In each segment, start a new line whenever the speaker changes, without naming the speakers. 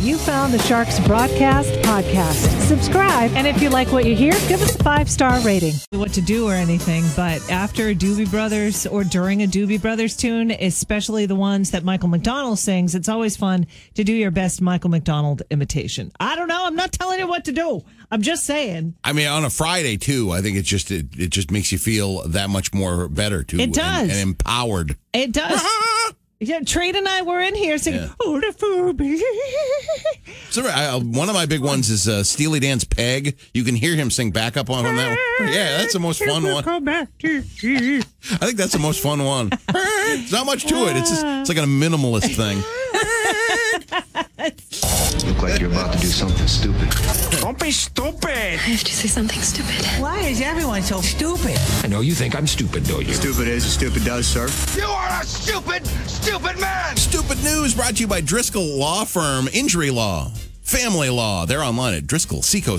You found the Sharks Broadcast Podcast. Subscribe, and if you like what you hear, give us a five star rating. What to do or anything, but after a Doobie Brothers or during a Doobie Brothers tune, especially the ones that Michael McDonald sings, it's always fun to do your best Michael McDonald imitation. I don't know. I'm not telling you what to do. I'm just saying.
I mean, on a Friday too. I think it just it, it just makes you feel that much more better too.
It
and-
does.
and, empowered.
It does. Yeah, Trade and I were in here singing,
Yeah.
Oh, the Furby.
So I, one of my big ones is uh, Steely Dan's "Peg." You can hear him sing backup on, on that. One. Yeah, that's the most fun one.
Come back to you.
I think that's the most fun one. It's not much to it. It's just, it's like a minimalist thing.
Look like you're about to do something stupid.
Don't be stupid.
I have to say something stupid.
Why is everyone so stupid?
I know you think I'm stupid, don't you?
Stupid is as stupid does, sir.
You are a stupid, stupid man!
Stupid news brought to you by Driscoll Law Firm, Injury Law, Family Law. They're online at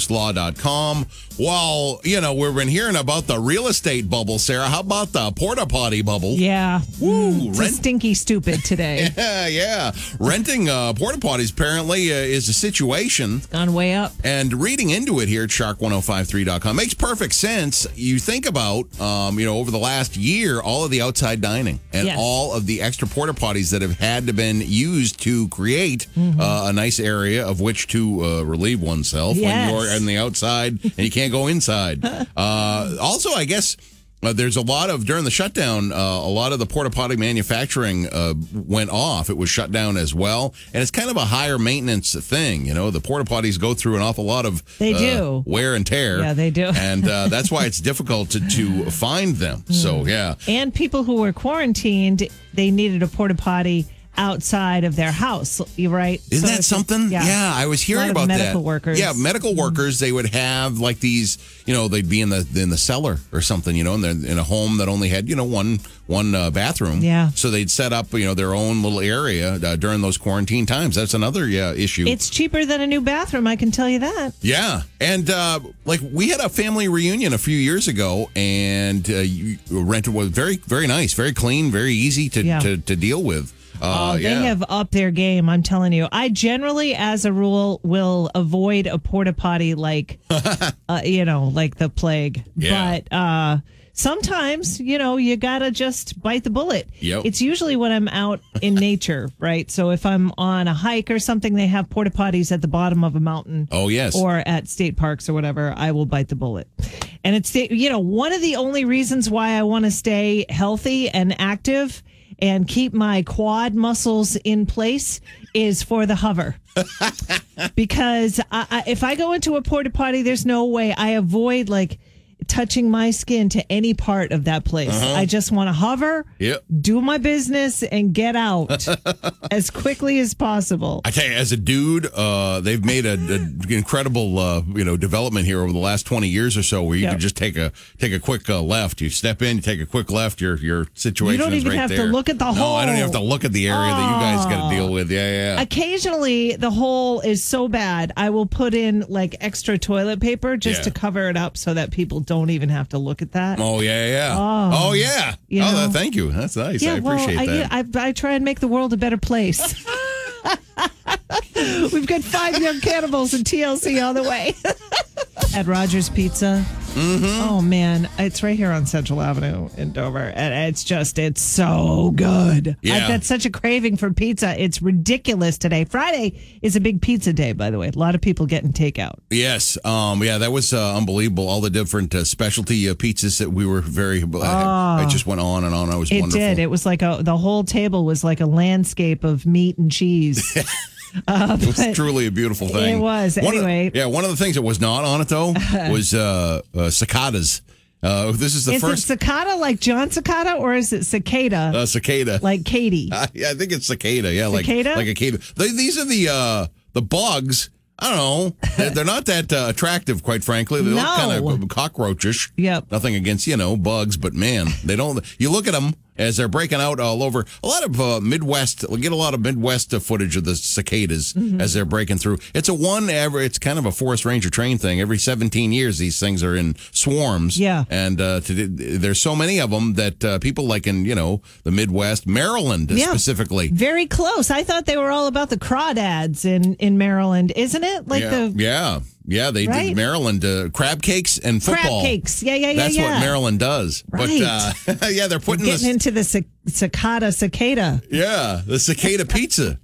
driscollseacoastlaw.com. While, you know, we've been hearing about the real estate bubble, Sarah, how about the porta potty bubble?
Yeah.
Woo,
It's a
rent-
stinky stupid today.
yeah, yeah. Renting uh, porta potties apparently uh, is a situation.
Gone way up.
And reading into it here at shark1053.com makes perfect sense. You think about, um, you know, over the last year, all of the outside dining and
Yes.
all of the extra porta potties that have had to been used to create
Mm-hmm.
uh, a nice area of which to uh, relieve oneself
Yes.
when you're on the outside and you can't go inside. uh, also, I guess. Uh, there's a lot of during the shutdown. Uh, a lot of the porta potty manufacturing uh, went off. It was shut down as well, and it's kind of a higher maintenance thing. You know, the porta potties go through an awful lot of
They
uh,
do.
wear and tear.
Yeah, they do.
and uh, that's why it's difficult to, to find them.
Mm.
So yeah,
And people who were quarantined, they needed a porta potty outside of their house. You right?
Isn't
So
that
if-
something? Yeah. I was
A
hearing
lot of
about that.
medical workers. Mm-hmm.
Yeah, medical workers. They would have like these. You know, they'd be in the in the cellar or something. You know, and they're in a home that only had you know one one uh, bathroom.
Yeah.
So they'd set up you know their own little area uh, during those quarantine times. That's another yeah issue.
It's cheaper than a new bathroom. I can tell you that.
Yeah, and uh, like we had a family reunion a few years ago, and uh, you rented was very very nice, very clean, very easy to
Yeah.
to, to deal with. Uh,
Oh, they
yeah.
have upped their game. I'm telling you. I generally, as a rule, will avoid a porta potty like, uh, you know, like the plague.
Yeah.
But uh, sometimes, you know, you gotta just bite the bullet.
Yep.
It's usually when I'm out in nature, right? So if I'm on a hike or something, they have porta potties at the bottom of a mountain.
Oh, yes.
Or at state parks or whatever. I will bite the bullet. And it's the- you know one of the only reasons why I want to stay healthy and active and keep my quad muscles in place is for the hover. because I, I, if I go into a porta potty, there's no way I avoid like touching my skin to any part of that place. I just want to hover,
Uh-huh. Yep.
do my business, and get out as quickly as possible.
I tell you, as a dude, uh, they've made a, a incredible uh, you know development here over the last twenty years or so, where you
Yeah.
can just take a take a quick uh, left. You step in, you take a quick left. Your your situation.
You don't
is
even
right
have to
there.
look at the
no, I don't even have to
hole. Ah.
look at the area that you guys got to deal with. Yeah, yeah. yeah.
Occasionally, the hole is so bad, I will put in like extra toilet paper just
Yeah.
to cover it up so that people don't even have to look at that.
Oh yeah, yeah. Oh, yeah.
you
oh,
know.
that, thank you. That's nice. I appreciate
I,
that.
I, I try and make the world a better place. We've got five young cannibals and TLC all the way. At Rogers Pizza.
Mm-hmm.
Oh, man. It's right here on Central Avenue in Dover. And it's just, it's so good.
Yeah.
I've got such a craving for pizza. It's ridiculous today. Friday is a big pizza day, by the way. A lot of people getting takeout.
Yes. Um, yeah, that was uh, unbelievable. All the different uh, specialty uh, pizzas that we were very. Uh, it just went on and on. It was
Ah. It
wonderful.
did. It was like a, the whole table was like a landscape of meat and cheese.
It was truly a beautiful thing.
It was.
One of-
Anyway.
yeah, one of the things that was not on it though was uh, uh, cicadas. Uh, this is the
Is
first
it cicada like John Cicada or is it cicada
uh, cicada.
like Katie?
I, I think it's cicada. Yeah,
Cicada?
like like a cicada. They, these are the uh, the bugs. I don't know. They're, they're not that uh, attractive, quite frankly. They look
No.
kind of cockroachish.
Yep.
Nothing against you know bugs, but man, they don't. You look at them as they're breaking out all over. A lot of uh, Midwest, we get a lot of Midwest uh, footage of the cicadas
Mm-hmm.
as they're breaking through. It's a one ever. It's kind of a forest ranger train thing. Every 17 years, these things are in swarms.
Yeah.
and uh, to, there's so many of them that uh, people like in you know the Midwest, Maryland
Yeah.
specifically.
Very close. I thought they were all about the crawdads in in Maryland, isn't it? Like
yeah,
the
yeah, yeah. They
Right?
did Maryland uh, crab cakes and
crab
football.
cakes. Yeah, yeah, yeah,
That's
yeah.
what Maryland does. But uh, yeah, they're
Getting
putting this.
into the cic- cicada cicada.
Yeah, the cicada pizza.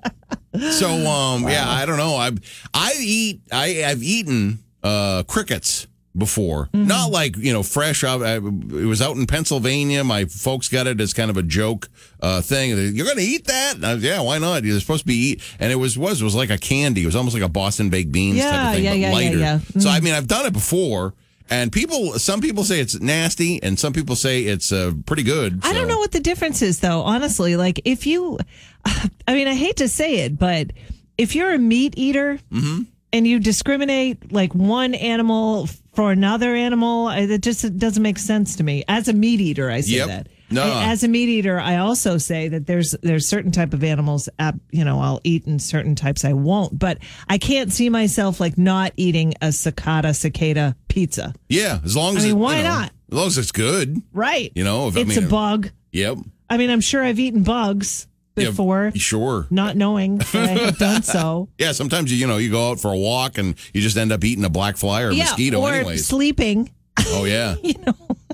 So um yeah, I don't know. I I eat I I've eaten uh crickets before.
Mm-hmm.
Not like, you know, fresh out I, it was out in Pennsylvania. My folks got it as kind of a joke uh thing. They, You're going to eat that? And I was, yeah, why not? You're supposed to be eat and it was was was like a candy. It was almost like a Boston baked beans type
Yeah,
of thing
yeah,
but
yeah, yeah,
lighter.
yeah. Mm.
So I mean, I've done it before. And people, some people say it's nasty, and some people say it's uh, pretty good.
I don't
so-
know what the difference is though, honestly. Like if you I mean, I hate to say it, but if you're a meat eater
Mm-hmm.
and you discriminate like one animal for another animal, I- it just doesn't make sense to me. As a meat eater, I say
Yep.
that.
No.
I- As a meat eater, I also say that there's there's certain type of animals, uh, you know, I'll eat and certain types I won't. But I can't see myself like not eating a cicada cicada pizza.
Yeah, as long as
mean,
it- you
why
know,
not?
As long as it's good.
Right.
You know, if- I
it's
mean-
a bug.
Yep.
I mean, I'm sure I've eaten bugs
Yeah,
before,
sure.
not knowing that I had done so.
Yeah, sometimes you you know you go out for a walk and you just end up eating a black fly or a mosquito,
or
anyways.
sleeping.
oh yeah,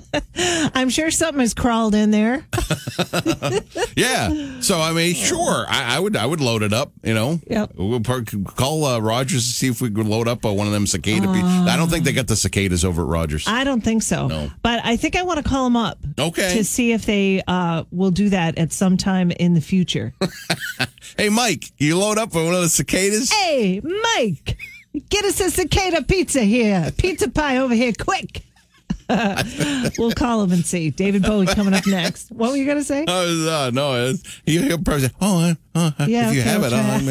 I'm sure something has crawled in there.
yeah. So I mean, sure, I, I would I would load it up. You know,
Yep.
We'll par- call uh, Rogers to see if we could load up uh, one of them cicada. pe- I don't think they got the cicadas over at Rogers.
Ah. I don't think so.
No.
But I think I want to call them up.
Okay.
To see if they uh, will do that at some time in the future.
hey, Mike, you load up for one of the cicadas?
hey, Mike, get us a cicada pizza here. Pizza pie over here, quick. we'll call him and see. David Bowie coming up next. What were you going to say?
Uh, no, it's, he- he'll probably say, "Oh, uh, uh,
Yeah,
if you
okay,
have
I'll
it,
try
I'll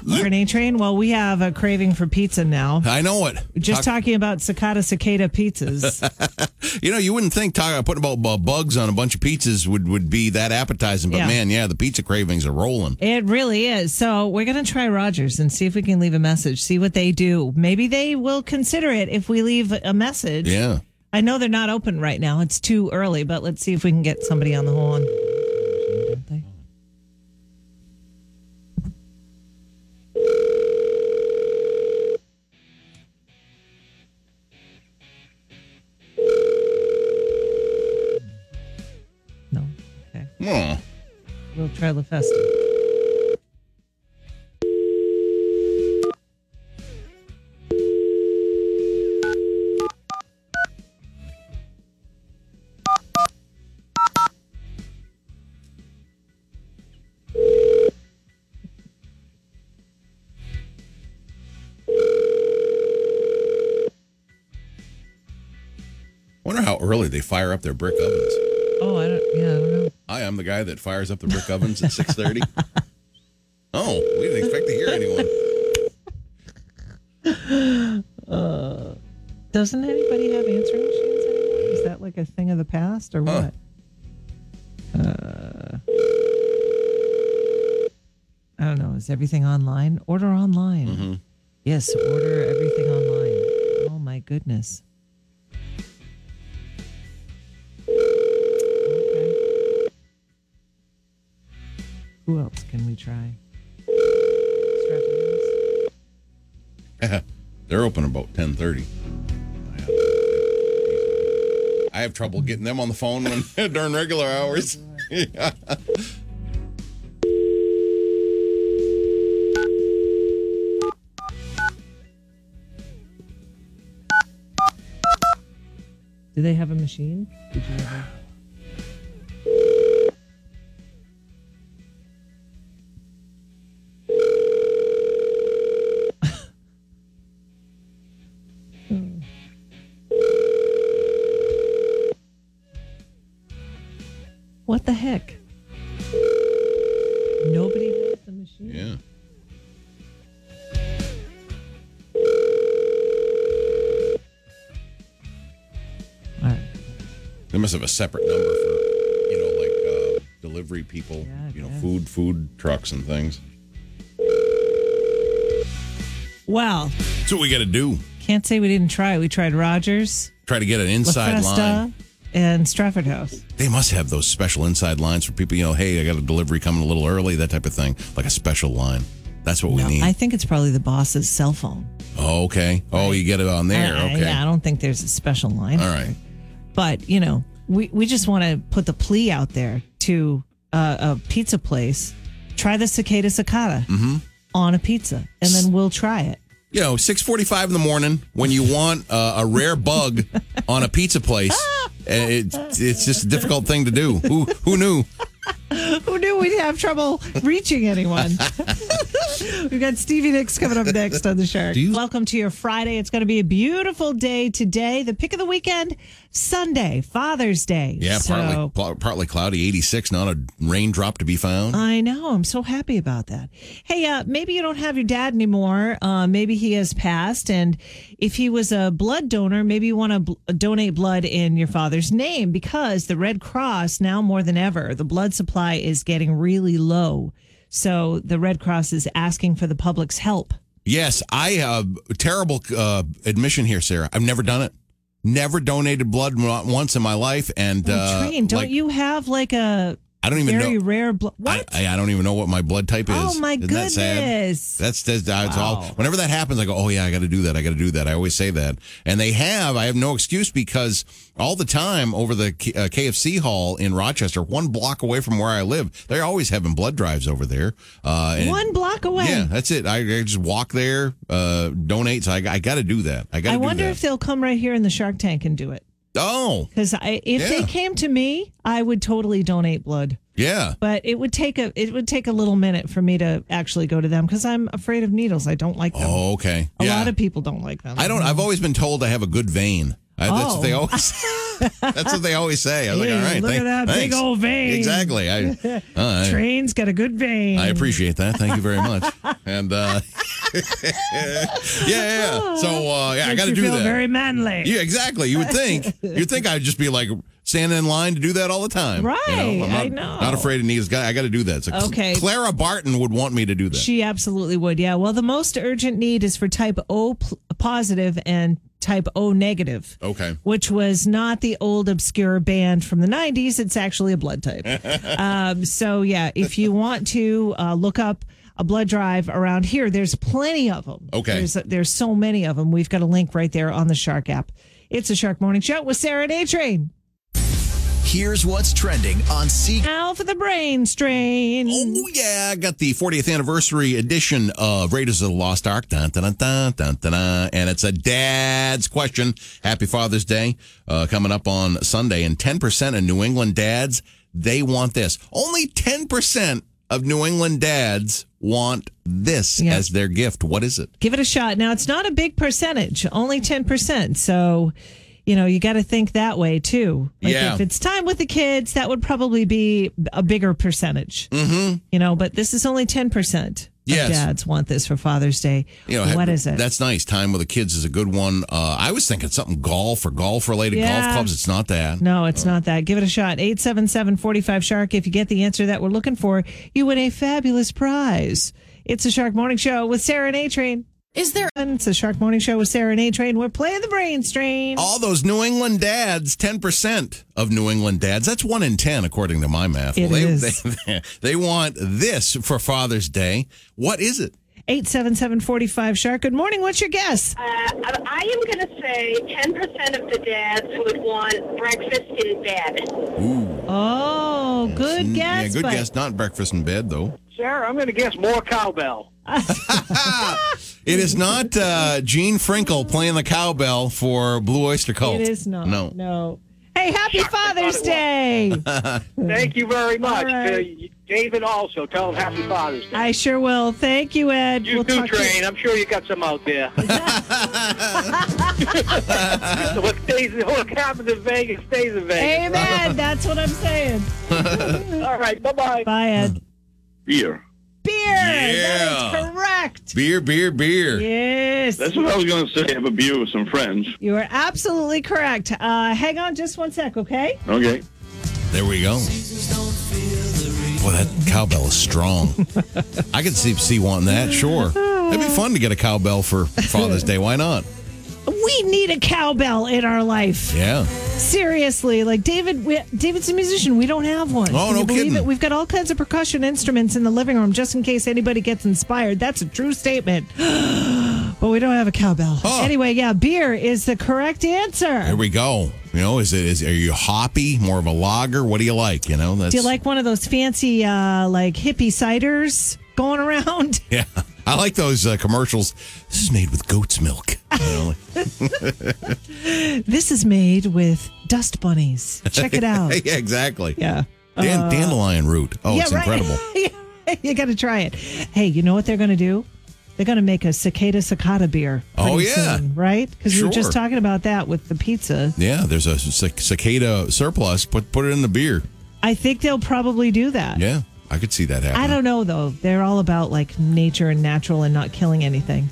make it."
Renee Train, well, we have a craving for pizza now.
I know it.
Just talking about cicada cicada pizzas.
You know, you wouldn't think talking putting about bu- bugs on a bunch of pizzas would, would be that appetizing, but
Yeah.
man, yeah, the pizza cravings are rolling.
it really is. So we're going to try Rogers and see if we can leave a message, see what they do. Maybe they will consider it if we leave a message.
Yeah.
I know they're not open right now. It's too early, but let's see if we can get somebody on the horn. No. Okay.
Hmm.
We'll try LaFesta.
Wonder how early they fire up their brick ovens.
Oh, I don't. Yeah, I don't know.
Hi, I'm the guy that fires up the brick ovens at six thirty. Oh, we didn't expect to hear anyone.
Doesn't anybody have answering machines anymore? Is that like a thing of the past or
Huh.
what? Uh, I don't know. Is everything online? Order online. Yes, order everything online. Oh my goodness. Okay. Who else can we try? Strap-ins?
They're open about ten thirty. I have trouble getting them on the phone when during regular hours.
Do they have a machine? Did you ever- Hmm. What the heck? Nobody has the machine.
Yeah.
All right.
They must have a separate number for, you know, like uh, delivery people,
Yeah,
you know,
yeah.
food, food trucks and things.
Well,
That's what we got to do.
can't say we didn't try. We tried Rogers,
Try to get an
La
inside line.
Festa, and Stratford House.
They must have those special inside lines for people, you know, hey, I got a delivery coming a little early, that type of thing, like a special line. That's what we
No,
need.
I think it's probably the boss's cell phone.
oh, okay. Oh, you get it on there.
I- I-
okay.
yeah, I don't think there's a special line.
All right.
But, you know, we, we just want to put the plea out there to uh, a pizza place. Try the cicada cicada
Mm-hmm.
on a pizza, and then we'll try it.
you know, six forty-five in the morning when you want uh, a rare bug on a pizza place. eh, It, it's just a difficult thing to do. Who who knew?
Who knew we'd have trouble reaching anyone? We've got Stevie Nicks coming up next on the Shark. Welcome to your Friday. It's going to be a beautiful day today. The pick of the weekend, Sunday, Father's Day.
Yeah, partly
So-
pl- partly cloudy, eighty-six, not a raindrop to be found.
I know. I'm so happy about that. Hey, uh, maybe you don't have your dad anymore. Uh, maybe he has passed. And if he was a blood donor, maybe you want to bl- donate blood in your father's name because the Red Cross, now more than ever, the blood supply is getting really low. So the Red Cross is asking for the public's help.
Yes, I uh, terrible uh, admission here, Sarah. I've never done it. Never donated blood not once in my life, and uh,
Train, don't
like,
you have like a
I don't even
very
know.
rare blood?
I,
What?
I I don't even know what my blood type is.
Oh, my
Isn't that sad?
goodness.
That's that's, that's all. Whenever that happens, I go, oh yeah, I got to do that. I got to do that. I always say that, and they have. I have no excuse because all the time over the K- uh, KFC hall in Rochester, one block away from where I live, they're always having blood drives over there. Uh, and-
One block away.
Yeah, that's it. I, I just walk there, uh, donate. So I, I got to do that. I got to
I
do
wonder
that.
if they'll come right here in the Shark Tank and do it.
oh,
Because I, if they
Yeah.
came to me, I would totally donate blood.
yeah.
But it would take a it would take a little minute for me to actually go to them because I'm afraid of needles. I don't like them.
Oh, okay.
a
yeah.
lot of people don't like them.
I don't. I've always been told I have a good vein. I, That's
Oh.
what they always. that's what they always say. I was
Hey,
like, all right,
look
thank-
at that big
thanks.
old vein.
Exactly. I, all right.
Train's got a good vein.
I appreciate that. Thank you very much. And uh, yeah, yeah, yeah. So uh, yeah, I
Makes
got to
you
do
feel
that.
Very manly.
yeah, exactly. You would think. You'd think I'd just be like standing in line to do that all the time. You know,
Right,
I'm not,
I know.
Not afraid of needles. Got- I got to do that. So Cl-
Okay.
Clara Barton would want me to do that.
She absolutely would. Yeah. Well, the most urgent need is for type O pl- positive and type O negative.
Okay.
Which was not the old obscure band from the 90s. It's actually a blood type. um, so, yeah, if you want to uh, look up a blood drive around here, there's plenty of them.
Okay.
There's, there's so many of them. We've got a link right there on the Shark app. It's a Shark Morning Show with Sarah Day Train.
Here's what's trending on C.
Now for the brain strain.
Oh yeah, I got the 40th anniversary edition of Raiders of the Lost Ark. Dun, dun, dun, dun, dun, dun, dun. And it's a dad's question. Happy Father's Day uh, coming up on Sunday. And 10% of New England dads, they want this. Only 10% of New England dads want this
Yeah.
as their gift. What is it?
give it a shot. Now it's not a big percentage, only ten percent. So, you know, you got to think that way too. Like
Yeah.
If it's time with the kids, that would probably be a bigger percentage. Mm-hmm. You know, but this is only ten percent.
Yes.
Dads want this for Father's Day.
You know,
what is it?
That's nice. Time with the kids is a good one. Uh, I was thinking something golf or golf related golf
Yeah.
clubs. It's not that.
no, it's not that. Give it a shot. 877 45 Shark. If you get the answer that we're looking for, you win a fabulous prize. It's a Shark Morning Show with Sarah and A Train. Is there? It's a Shark Morning Show with Sarah and A Train. We're playing the brain strain.
All those New England dads, 10% of New England dads, that's one in 10, according to my math.
It
they,
is.
They, they want this for Father's Day. What is it?
877-45 shark good morning what's your guess
Uh, I am going to say 10% of the dads would want breakfast in bed.
oh good
Mm,
guess
Yeah, good
but
guess. Not breakfast in bed, though.
Sarah, I'm going to guess more cowbell.
Ah, It is not uh, Gene Frinkle playing the cowbell for Blue Oyster Cult.
it is not
No.
no hey happy
thought
father's
it was.
day
Thank you very much.
All right.
To David also, tell him Happy Father's Day.
i sure will thank you ed
you
We'll
too,
talk to you-
Train. I'm sure you got some out there. what, stays, what happens in Vegas stays in Vegas.
amen that's what i'm saying
All right, bye-bye.
bye ed
beer.
beer that is correct
Beer, beer, beer.
yes
That's what I was going to say. Have a beer with some friends.
you are absolutely correct uh hang on just one sec okay
Okay.
There we go. Boy, that cowbell is strong. I could see, see wanting that, sure. It'd be fun to get a cowbell for Father's Day. Why not?
We need a cowbell in our life.
Yeah.
Seriously, like David, we, David's a musician. We don't have one.
Oh,
Can
no
you believe
kidding.
it? We've got all kinds of percussion instruments in the living room just in case anybody gets inspired. That's a true statement. but we don't have a cowbell.
Oh.
Anyway, yeah, beer is the correct answer.
There we go. You know, is it is are you hoppy, more of a lager? What do you like? You know, that's
Do you like one of those fancy, uh, like hippie ciders going around?
Yeah, I like those uh, commercials. This is made with goat's milk. You know, like-
This is made with dust bunnies. Check it out.
yeah, exactly.
yeah. Uh.
Dan- dandelion root. Oh, it's incredible.
Right. you got to try it. Hey, you know what they're going to do? They're going to make a cicada cicada beer.
Oh,
pretty
yeah.
soon, right? Because we were
Sure.
just talking about that with the pizza.
Yeah, there's a cic- cicada surplus. Put put it in the beer.
I think they'll probably do that.
Yeah, I could see that happening.
I don't know though. They're all about like nature and natural and not killing anything.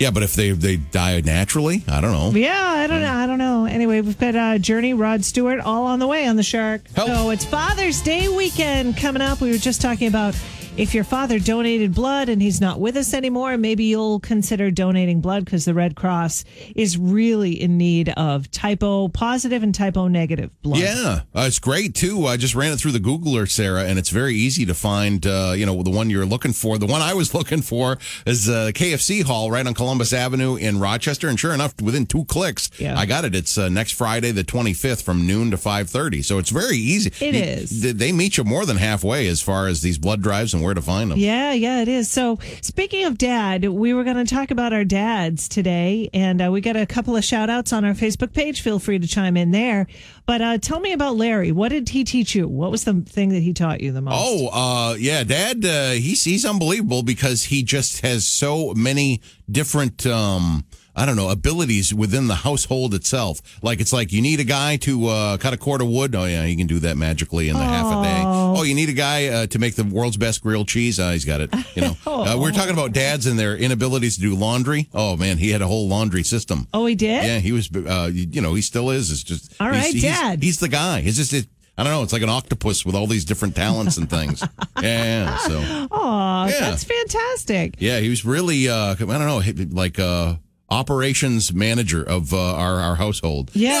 Yeah, but if they they die naturally, I don't know.
Yeah, I don't know. I don't know. Anyway, we've got uh, Journey, Rod Stewart, all on the way on the Shark.
Help.
So it's Father's Day weekend coming up. We were just talking about if your father donated blood and he's not with us anymore, maybe you'll consider donating blood because the Red Cross is really in need of typo positive and typo negative blood.
Yeah, uh, it's great too. I just ran it through the Googler, Sarah, and it's very easy to find. Uh, you know, the one you're looking for. The one I was looking for is uh, the KFC Hall right on Columbus Avenue in Rochester. And sure enough, within two clicks,
Yeah.
I got it. It's uh, next Friday, the 25th, from noon to 5:30. So it's very easy.
It
It
is.
is. They meet you more than halfway as far as these blood drives and where to find them.
Yeah, yeah, it is. So, speaking of dad, we were going to talk about our dads today, and uh, we got a couple of shout outs on our Facebook page. Feel free to chime in there. But uh, tell me about Larry. What did he teach you? What was the thing that he taught you the most?
Oh, uh, yeah, Dad. Uh, he's he's unbelievable because he just has so many different. Um, I don't know abilities within the household itself. Like it's like you need a guy to uh, cut a cord of wood. Oh yeah, he can do that magically in the half a day. Oh, you need a guy uh, to make the world's best grilled cheese. Uh, he's got it. You know, uh, we we're talking about dads and their inabilities to do laundry. Oh man, he had a whole laundry system.
Oh, he did?
Yeah, he was. Uh, you, you know, he still is. It's just
All
he's-
right,
he's,
Dad.
He's the guy. It's just it, I don't know. It's like an octopus with all these different talents and things. yeah, yeah, so
Aw,
yeah.
that's fantastic.
yeah, he was really. Uh, I don't know, like uh, operations manager of uh, our our household.
Yeah.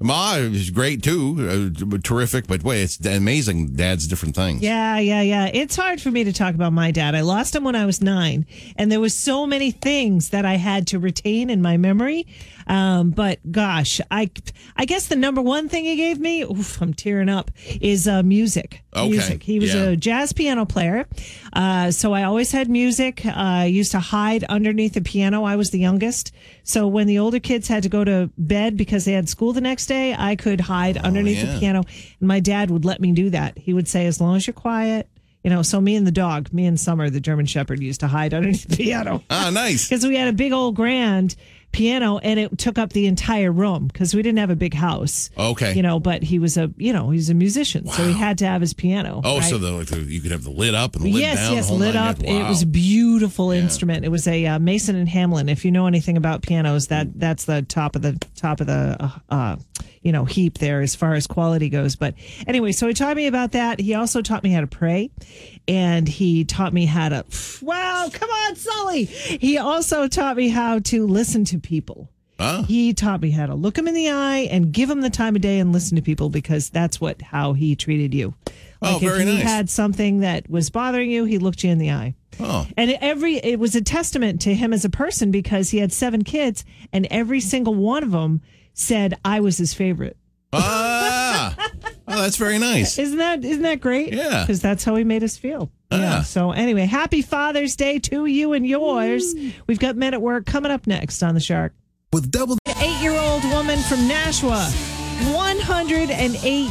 no, Ma is great too, uh, terrific. But wait, it's amazing. Dad's different things.
Yeah, yeah, yeah. It's hard for me to talk about my dad. I lost him when I was nine, and there was so many things that I had to retain in my memory. Um, but gosh, I, I guess the number one thing he gave me, oof, I'm tearing up, is uh, music.
Okay,
Music. He was
yeah.
a jazz piano player, uh, so I always had music. Uh, I used to hide underneath the piano. I was the youngest, so when the older kids had to go to bed because they had school the next day, I could hide underneath the
Oh, yeah.
piano piano. And my dad would let me do that. He would say, as long as you're quiet, you know, so me and the dog, me and Summer, the German Shepherd, used to hide underneath the piano
Ah, nice.
because we had a big old grand piano and it took up the entire room because we didn't have a big house.
Okay.
You know, but he was a, you know, he's a musician. So he had to have his piano.
Oh,
right?
so the, like, the, you could have the lid up and the lid
Yes,
down. the
yes,
whole
lit
nine
up.
yards. Wow.
It was a beautiful instrument. It was a uh, Mason and Hamlin. If you know anything about pianos, that that's the top of the top of the uh, uh, you know heap there as far as quality goes. But anyway, so he taught me about that. He also taught me how to pray, and he taught me how to. Wow, come on, Sully. He also taught me how to listen to people.
Oh.
He taught me how to look him in the eye and give him the time of day and listen to people because that's what how he treated you. Like
Oh, very
if you
nice.
had something that was bothering you, he looked you in the eye.
Oh.
And every it was a testament to him as a person because he had seven kids and every single one of them said I was his favorite.
Ah, oh, that's very nice.
Isn't that isn't that great?
Yeah. Oh,
Because that's how he made us feel. Yeah.
Yeah.
So anyway, happy Father's Day to you and yours. We've got Men at Work coming up next on the Shark.
With double
eight year old woman from Nashua. 108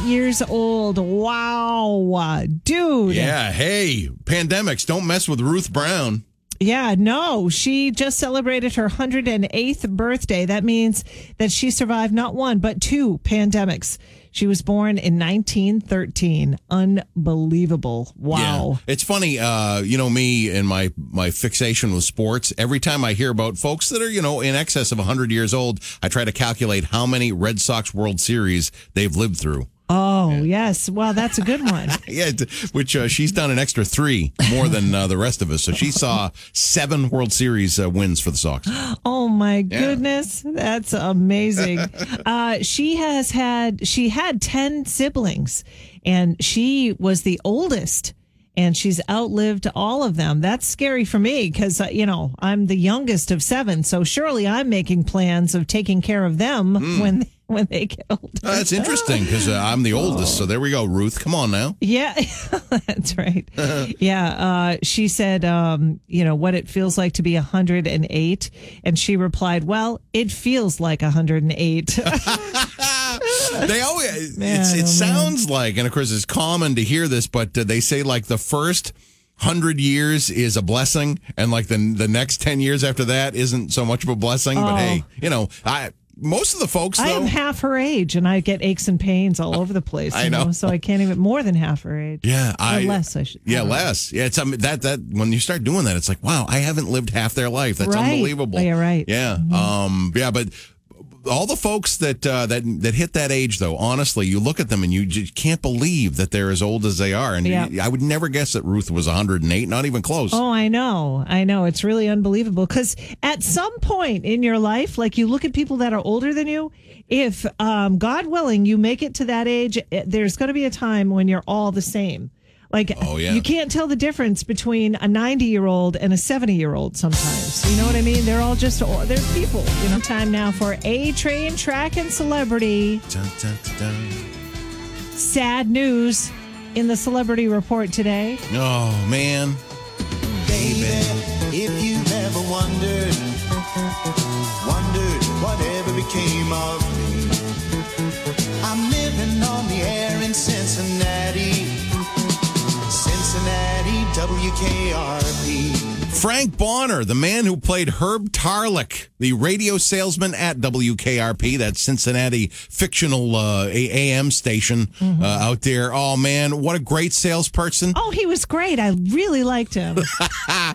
years old. Wow. Dude.
Yeah. Hey, pandemics, don't mess with Ruth Brown.
Yeah, no. She just celebrated her 108th birthday. That means that she survived not one, but two pandemics. She was born in 1913. Unbelievable. Wow.
Yeah. It's funny, uh, you know me and my my fixation with sports. Every time I hear about folks that are, you know, in excess of 100 years old, I try to calculate how many Red Sox World Series they've lived through.
Oh, yes. Well, that's a good one.
Yeah, t- which uh, she's done an extra three more than uh, the rest of us. So she saw seven World Series uh, wins for the Sox.
Oh my goodness, that's amazing. uh, she has had she had ten siblings, and she was the oldest, and she's outlived all of them. That's scary for me because uh, you know I'm the youngest of seven, so surely I'm making plans of taking care of them when when they get older.
Uh, that's interesting because uh, I'm the oldest. So there we go, Ruth. Come on now.
Yeah, that's right. yeah, uh, she said, um, you know, what it feels like to be 108. And she replied, well, it feels like 108.
They always
Man,
it's,
oh,
it
man.
sounds like, and of course it's common to hear this, but uh, they say like the first hundred years is a blessing, and like the the next ten years after that isn't so much of a blessing. But hey, you know, I most of the folks
Oh. I
though.
am half her age and I get aches and pains all over the place.
I
you
know.
So I can't even, more than half her age.
yeah,
Or
I
less, I should.
Yeah, less. Yeah, it's um, that that when you start doing that, it's like wow, I haven't lived half their life. That's
Right.
unbelievable.
Oh, you're right.
Yeah, um, yeah, but all the folks that uh, that that hit that age, though, honestly, you look at them and you just can't believe that they're as old as they are. And
Yeah.
you- I would never guess that Ruth was 108, not even close.
Oh, I know. I know. It's really unbelievable because at some point in your life, like you look at people that are older than you, if um, God willing, you make it to that age, eh, there's going to be a time when you're all the same. Like,
Oh, yeah.
you can't tell the difference between a 90 year old and a 70 year old sometimes. You know what I mean? They're all just, they're people. You know, time now for A Train Track and Celebrity
Dun, dun, dun, dun.
Sad News in the Celebrity Report today.
Oh man,
If you've ever wondered, wondered whatever became of me, I'm living on the air in Cincinnati, Cincinnati WKRP.
Frank Bonner, the man who played Herb Tarlick, the radio salesman at WKRP, that Cincinnati fictional uh, A- AM station uh, out there. Oh man, what a great salesperson!
Oh, he was great. I really liked him.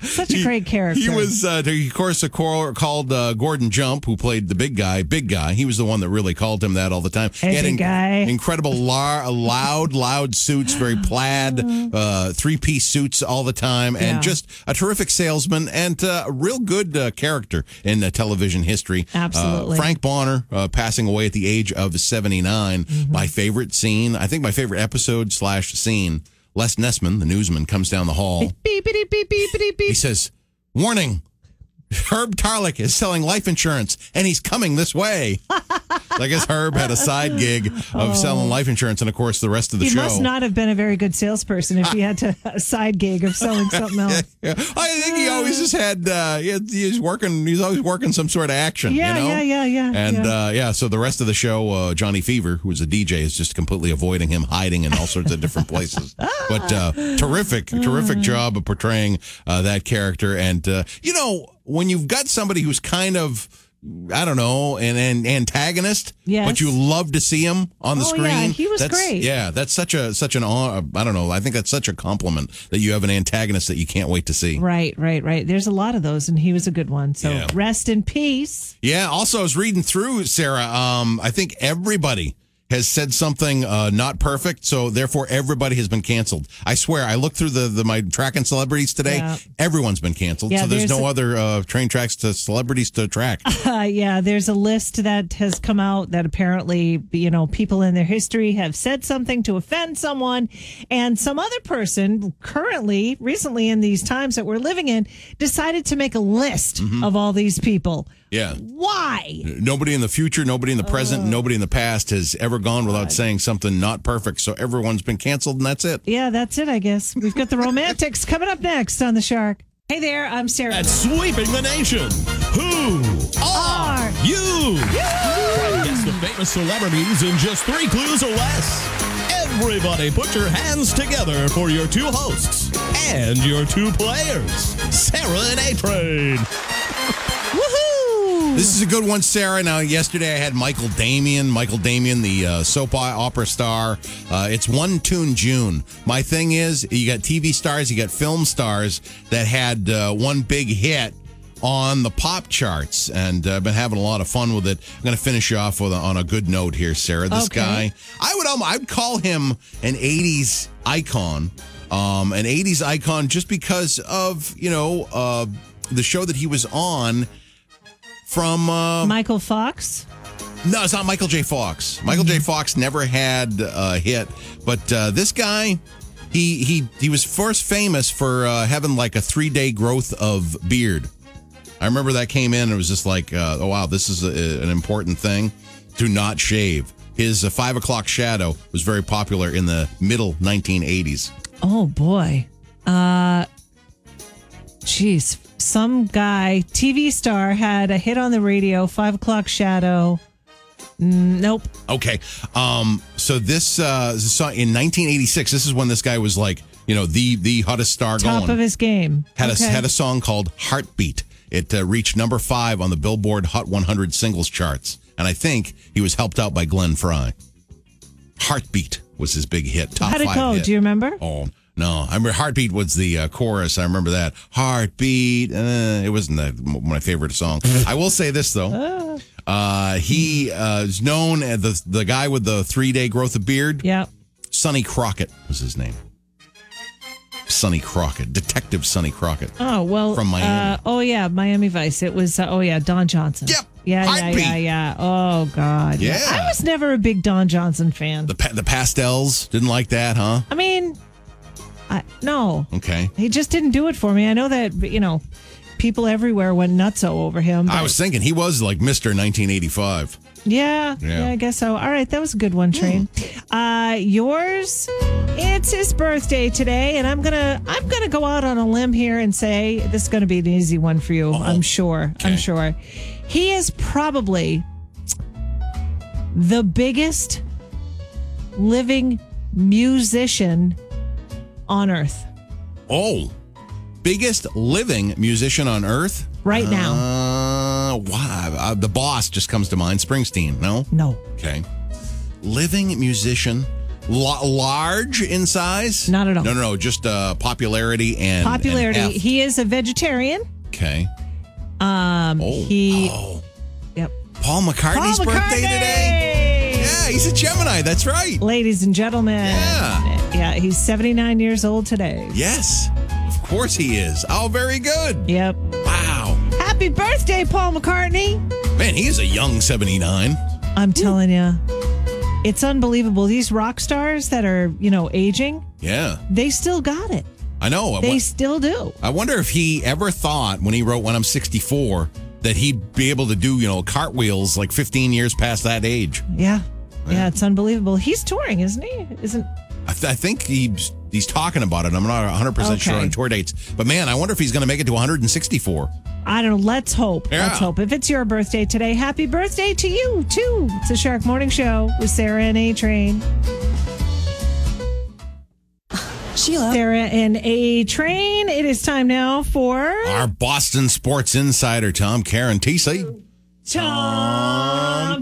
Such a great character.
He was, uh, he, of course, a cor- called uh, Gordon Jump, who played the big guy. Big guy. He was the one that really called him that all the time.
Hey, big guy.
Incredible, lar- loud, loud suits, very plaid, uh, three piece suits all the time, and
Yeah.
just a terrific salesman and uh, a real good uh, character in uh, television history. Uh,
Absolutely.
Frank Bonner uh, passing away at the age of 79.
Mm-hmm.
My favorite scene, I think my favorite episode slash scene. Les Nessman, the newsman, comes down the hall.
Beep, beep, beep, beep, beep,
He
beep.
says, "Warning: Herb Tarlick is selling life insurance, and he's coming this way." So I guess Herb had a side gig of selling life insurance, and of course, the rest of the
Oh. He
show.
must not have been a very good salesperson if he had to a side gig of selling something else.
Yeah. I think he always just had uh, he- he's working. He's always working some sort of action.
Yeah,
you know?
yeah, yeah, yeah,
And
yeah.
Uh, yeah, so the rest of the show, uh, Johnny Fever, who was a DJ, is just completely avoiding him, hiding in all sorts of different places.
Ah.
But uh, terrific, terrific job of portraying uh, that character. And uh, you know, when you've got somebody who's kind of I don't know, an, an antagonist,
Yes.
but you love to see him on the
Oh,
screen.
yeah, he was
that's-
great.
Yeah, yeah, that's such a such an awe- I don't know. I think that's such a compliment that you have an antagonist that you can't wait to see.
Right, right, right. There's a lot of those, and he was a good one. So
Yeah.
rest in peace.
Yeah. Also, I was reading through Sarah. Um, I think everybody has said something uh, not perfect, so therefore everybody has been canceled. I swear. I looked through the, the my track and celebrities today.
Yeah.
Everyone's been canceled.
Yeah,
so there's,
there's
no
a-
other uh, train tracks to celebrities to track.
Uh, yeah, there's a list that has come out that apparently, you know, people in their history have said something to offend someone, and some other person currently, recently in these times that we're living in, decided to make a list
Mm-hmm.
of all these people.
yeah.
Why?
Nobody in the future, nobody in the
Uh.
present, nobody in the past has ever gone without saying something not perfect. So everyone's been canceled, and that's it.
Yeah, that's it, I guess. We've got the romantics coming up next on The Shark. Hey there, I'm Sarah.
Sweeping the nation. Who
Are
you? Guess the famous celebrities in just three clues or less. Everybody, put your hands together for your two hosts and your two players, Sarah and A Train.
Woohoo!
This is a good one, Sarah. Now, yesterday I had Michael Damian. Michael Damian, the uh, soap opera star. Uh, it's One Tune June. My thing is, you got TV stars, you got film stars that had uh, one big hit. on the pop charts, and uh, been having a lot of fun with it. I'm going to finish off with a, on a good note here, Sarah. This
Okay.
guy, I would almost, I'd call him an '80s icon, um, an '80s icon, just because of you know uh, the show that he was on from uh,
Michael Fox.
no, it's not Michael J. Fox. Michael J. Fox never had a hit, but uh, this guy, he he he was first famous for uh, having like a three day growth of beard. I remember that came in and it was just like, uh, oh wow, this is a, an important thing. Do not shave. His uh, five o'clock shadow was very popular in the middle 1980s.
Oh boy. Uh jeez. Some guy, TV star, had a hit on the radio, five o'clock shadow. Mm, Nope.
Okay. Um, so this uh, song in 1986. This is when this guy was like, you know, the the hottest star
Top
going.
of his game.
had
Okay.
a had a song called "Heartbeat." It uh, reached number five on the Billboard Hot 100 singles charts, and I think he was helped out by Glenn Fry. "Heartbeat" was his big hit. Top
How'd it
five
go?
hit.
Do you remember?
Oh no, I remember "Heartbeat" was the uh, chorus. I remember that "Heartbeat." Uh, it wasn't the, my favorite song. I will say this though,
Ah.
uh, he uh, is known as the the guy with the three day growth of beard.
Yeah,
Sonny Crockett was his name. Sonny Crockett, Detective Sonny Crockett.
Oh well,
From Miami.
Uh, oh yeah, Miami Vice. It was. Uh, oh yeah, Don Johnson. Yep. Yeah,
Heartbeat.
yeah, yeah, yeah. Oh god.
Yeah.
I was never a big Don Johnson fan.
The pa- the pastels didn't like that, huh?
I mean, I, no,
Okay.
he just didn't do it for me. I know that you know, people everywhere went nuts over him.
I
but-
was thinking he was like Mister 1985.
Yeah,
Yeah.
yeah, I guess so. All right, that was a good one, Train. Uh, yours, it's his birthday today, and I'm gonna I'm gonna go out on a limb here and say this is gonna be an easy one for you.
Oh,
I'm sure. I'm sure. He is probably the biggest living musician on earth
Oh, biggest living musician on earth
right now.
Uh, wow, uh, the boss just comes to mind. Springsteen. No.
No.
Okay. Living musician, la- large in size.
Not at all.
No, no, no. Just uh, popularity and and
Popularity.
F.
he is a vegetarian.
okay.
Um,
Oh.
he.
Oh.
Yep.
Paul McCartney's
Paul
birthday today.
McCartney!
Yeah, he's a Gemini. That's right.
Ladies and gentlemen.
Yeah.
Yeah, he's 79 years old today.
Yes, of course he is. Oh, very good.
Yep.
Wow.
Happy birthday, Paul McCartney.
Man, he is a young 79.
I'm telling you, it's unbelievable. These rock stars that are, you know, aging,
Yeah,
they still got it.
I know. I
They
wo-
still do.
I wonder if he ever thought when he wrote When I'm 64 that he'd be able to do, you know, cartwheels like 15 years past that age.
Yeah. Yeah, it's unbelievable. He's touring, isn't he? Isn't
I, th- I think he's, he's talking about it. I'm not 100% sure
Okay.
on tour dates. But man, I wonder if he's going to make it to 164.
I don't know. Let's hope.
Yeah.
Let's hope. If it's your birthday today, happy birthday to you too. It's a Shark Morning Show with Sarah and A Train. Sheila. Sarah and A Train. It is time now for
Our Boston sports insider, Tom Karen TC.
Tom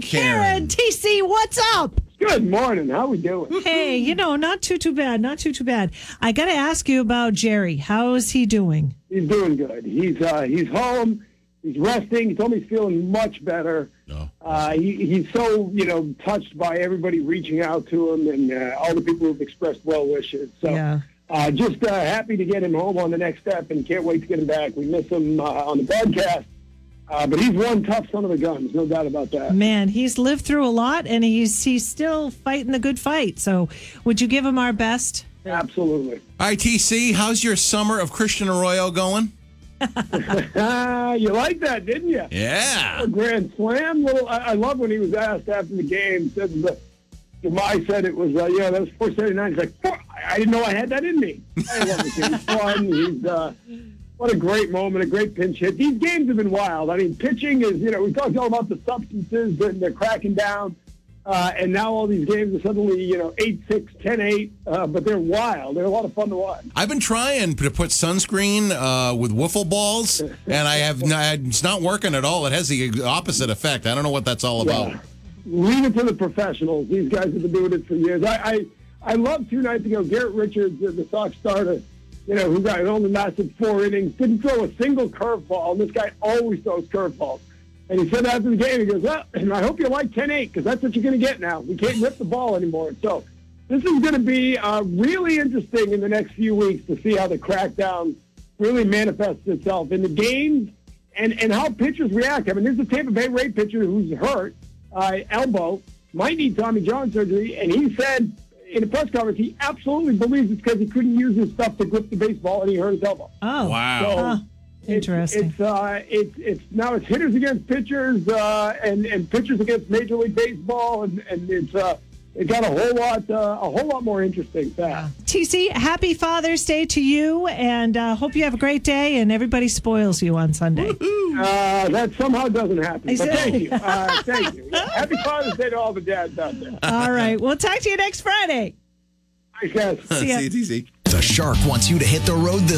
Karen.
Karen.
TC, what's up?
Good morning. How we doing?
Hey, you know, not too too bad, not too too bad. I got to ask you about Jerry. How is he doing?
He's doing good. He's uh, he's home. He's resting. He told me he's feeling much better.
No.
Uh, he, he's so you know touched by everybody reaching out to him and uh, all the people who've expressed well wishes. So
Yeah.
uh, just uh, happy to get him home on the next step and can't wait to get him back. We miss him uh, on the broadcast, uh, but he's one tough son of a gun. There's no doubt about that.
Man, he's lived through a lot and he's he's still fighting the good fight. So, would you give him our best?
Absolutely.
All right, TC, how's your summer of Christian Arroyo going?
Ah, you like that, didn't you?
Yeah.
a grand slam. Little, I, I love when he was asked after the game. Said the, Demai said it was, uh, yeah, that was 479. He's like, "Fuck, I I didn't know I had that in me. I love the kid. He's fun. He's, uh, what a great moment, a great pinch hit. These games have been wild. I mean, pitching is, you know, we talked all about the substances and they're cracking down. Uh, and now all these games are suddenly, you know, 8 6, 10 8, uh, but they're wild. They're a lot of fun to watch.
I've been trying to put sunscreen uh, with wiffle balls, and I have n- it's not working at all. It has the opposite effect. I don't know what that's all about.
leave it to the professionals. These guys have been doing it for years. I, I, I love two nights ago, Garrett Richards, the- the Sox starter, you know, who got an only massive four innings, didn't throw a single curveball. And this guy always throws curveballs. And he said after the game, he goes, well, and I hope you like 10-8 because that's what you're going to get now. We can't rip the ball anymore. So this is going to be uh, really interesting in the next few weeks to see how the crackdown really manifests itself in the games and, and how pitchers react. I mean, there's a Tampa Bay Ray pitcher who's hurt, uh, elbow, might need Tommy John surgery. And he said in a press conference, he absolutely believes it's because he couldn't use his stuff to grip the baseball and he hurt his elbow.
Oh,
Wow.
So
Huh. Interesting.
It's, it's, uh, it's, it's now it's hitters against pitchers uh, and, and pitchers against Major League Baseball. And, and it's, uh, it got a whole lot, uh, a whole lot more interesting fast.
TC, happy Father's Day to you, and uh, hope you have a great day. And everybody spoils you on Sunday.
Uh, that somehow doesn't happen. But
Exactly.
thank you. Uh, thank you. Happy Father's Day to all the dads out there.
All right, we'll talk to you next Friday.
Thanks, guys.
See ya.
CTC.
The Shark wants you to hit the road this